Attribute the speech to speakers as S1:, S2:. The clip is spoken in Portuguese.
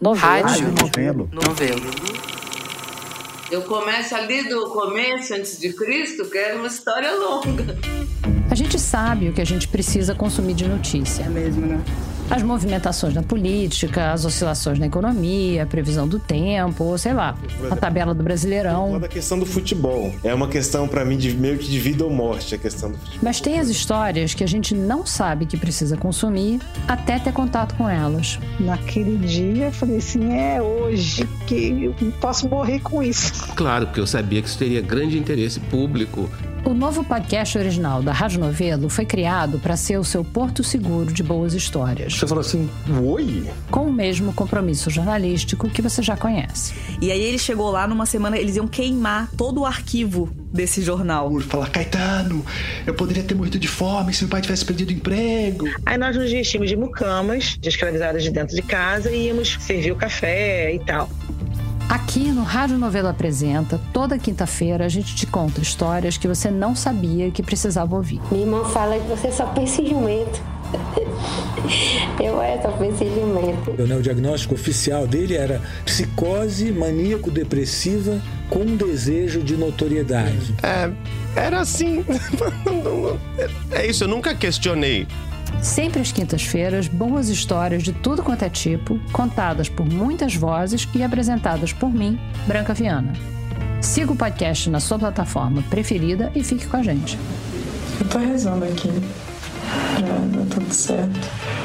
S1: Novelo.
S2: Rádio.
S3: Novelo.
S2: Novelo.
S4: Eu começo ali do começo, antes de Cristo, que é uma história longa.
S1: A gente sabe o que a gente precisa consumir de notícia.
S5: mesmo, né?
S1: As movimentações na política, as oscilações na economia, a previsão do tempo, sei lá, a tabela do
S6: Falar
S1: Brasileirão.
S6: da questão do futebol. É uma questão, pra mim, de meio que de vida ou morte a questão do futebol.
S1: Mas tem as histórias que a gente não sabe que precisa consumir até ter contato com elas.
S5: Naquele dia eu falei assim, é hoje que eu posso morrer com isso.
S7: Claro, porque eu sabia que isso teria grande interesse público.
S1: O novo podcast original da Rádio Novelo foi criado para ser o seu porto seguro de boas histórias,
S3: Você falou assim, oi?
S1: com o mesmo compromisso jornalístico que você já conhece.
S8: E aí ele chegou lá numa semana, eles iam queimar todo o arquivo desse jornal.
S3: Falar, Caetano, eu poderia ter morrido de fome se meu pai tivesse perdido o emprego.
S9: Aí nós nos vestimos de mucamas, de escravizadas de dentro de casa, e íamos servir o café e tal.
S1: Aqui no Rádio Novelo Apresenta, toda quinta-feira a gente te conta histórias que você não sabia que precisava ouvir.
S10: Minha irmã fala que você só pensa em jumento. Eu é, só penso em jumento.
S11: né, o diagnóstico oficial dele era psicose maníaco-depressiva com um desejo de notoriedade.
S6: Era assim. é isso, eu nunca questionei.
S1: Sempre às quintas-feiras, boas histórias de tudo quanto é tipo, contadas por muitas vozes e apresentadas por mim, Branca Viana. Siga o podcast na sua plataforma preferida e fique com a gente.
S5: Eu tô rezando aqui pra dar É, tudo certo.